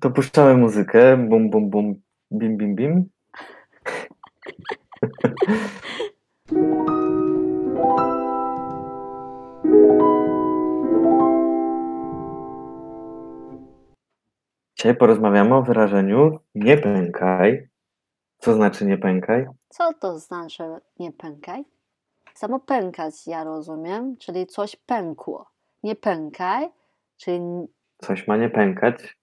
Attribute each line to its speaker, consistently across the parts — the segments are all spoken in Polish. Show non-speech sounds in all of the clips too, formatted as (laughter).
Speaker 1: To puszczamy muzykę, bum, bum, bum, bim, bim, bim. (laughs) Dzisiaj porozmawiamy o wyrażeniu nie pękaj. Co znaczy nie pękaj?
Speaker 2: Co to znaczy nie pękaj? Samo pękać ja rozumiem, czyli coś pękło. Nie pękaj, czyli,
Speaker 1: Coś ma nie pękać,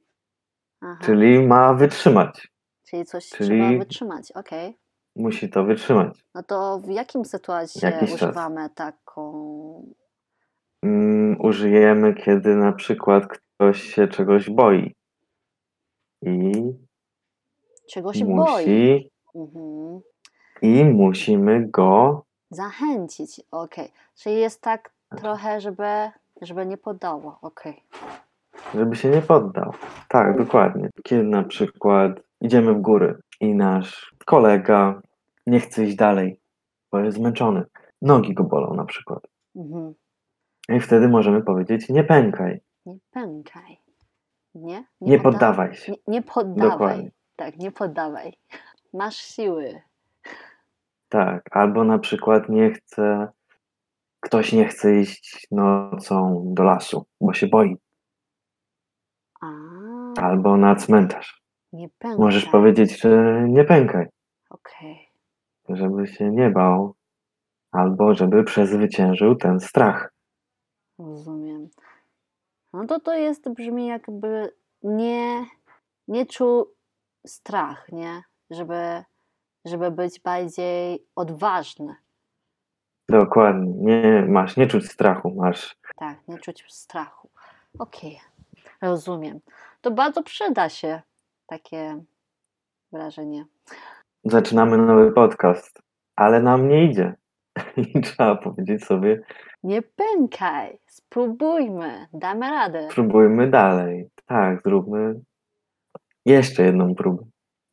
Speaker 2: aha,
Speaker 1: czyli ma wytrzymać.
Speaker 2: czyli coś
Speaker 1: czyli-
Speaker 2: trzeba wytrzymać. Okej.
Speaker 1: Musi to wytrzymać.
Speaker 2: No to w jakim sytuacji
Speaker 1: Jakiś czas.
Speaker 2: używamy taką.
Speaker 1: Mm, użyjemy, kiedy na przykład ktoś się czegoś boi. I
Speaker 2: czego się boi?
Speaker 1: musi.
Speaker 2: Mhm.
Speaker 1: I musimy go.
Speaker 2: Zachęcić. Okej. Czyli jest tak
Speaker 1: Znaczy-
Speaker 2: trochę, żeby, żeby nie podało. Okej.
Speaker 1: żeby się nie poddał. Tak, dokładnie. Kiedy na przykład idziemy w góry i nasz kolega nie chce iść dalej, bo jest zmęczony, nogi go bolą na przykład.
Speaker 2: Mhm.
Speaker 1: I wtedy możemy powiedzieć: nie pękaj,
Speaker 2: Nie pękaj. Nie?
Speaker 1: nie,
Speaker 2: poda-
Speaker 1: poddawaj się.
Speaker 2: Nie, nie poddawaj.
Speaker 1: Dokładnie.
Speaker 2: Tak, nie poddawaj. Masz siły.
Speaker 1: Tak, albo na przykład nie chce, ktoś nie chce iść nocą do lasu, bo się boi,
Speaker 2: A,
Speaker 1: albo na cmentarz.
Speaker 2: nie pękaj.
Speaker 1: Możesz powiedzieć, że nie pękaj,
Speaker 2: Okej.
Speaker 1: żeby się nie bał, albo żeby przezwyciężył ten strach.
Speaker 2: Rozumiem. No to to jest, brzmi jakby nie, nie czuł strach, nie? Żeby, żeby być bardziej odważny.
Speaker 1: Dokładnie. Nie masz nie czuć strachu, masz.
Speaker 2: Tak, nie czuć strachu. Okej, rozumiem. To bardzo przyda się takie wrażenie.
Speaker 1: Zaczynamy nowy podcast, ale nam nie idzie. (laughs) I trzeba powiedzieć sobie,
Speaker 2: Nie pękaj, spróbujmy, damy radę.
Speaker 1: spróbujmy dalej. Tak, zróbmy jeszcze jedną próbę.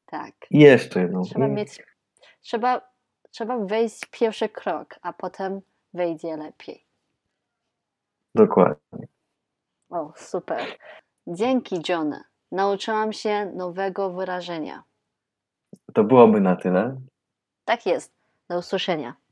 Speaker 2: Tak.
Speaker 1: I jeszcze jedną.
Speaker 2: Trzeba
Speaker 1: I
Speaker 2: mieć, trzeba, trzeba wejść pierwszy krok, a potem wyjdzie lepiej.
Speaker 1: Dokładnie.
Speaker 2: O, super. Dzięki, John. Nauczyłam się nowego wyrażenia.
Speaker 1: To byłoby na tyle.
Speaker 2: Tak jest. Do usłyszenia.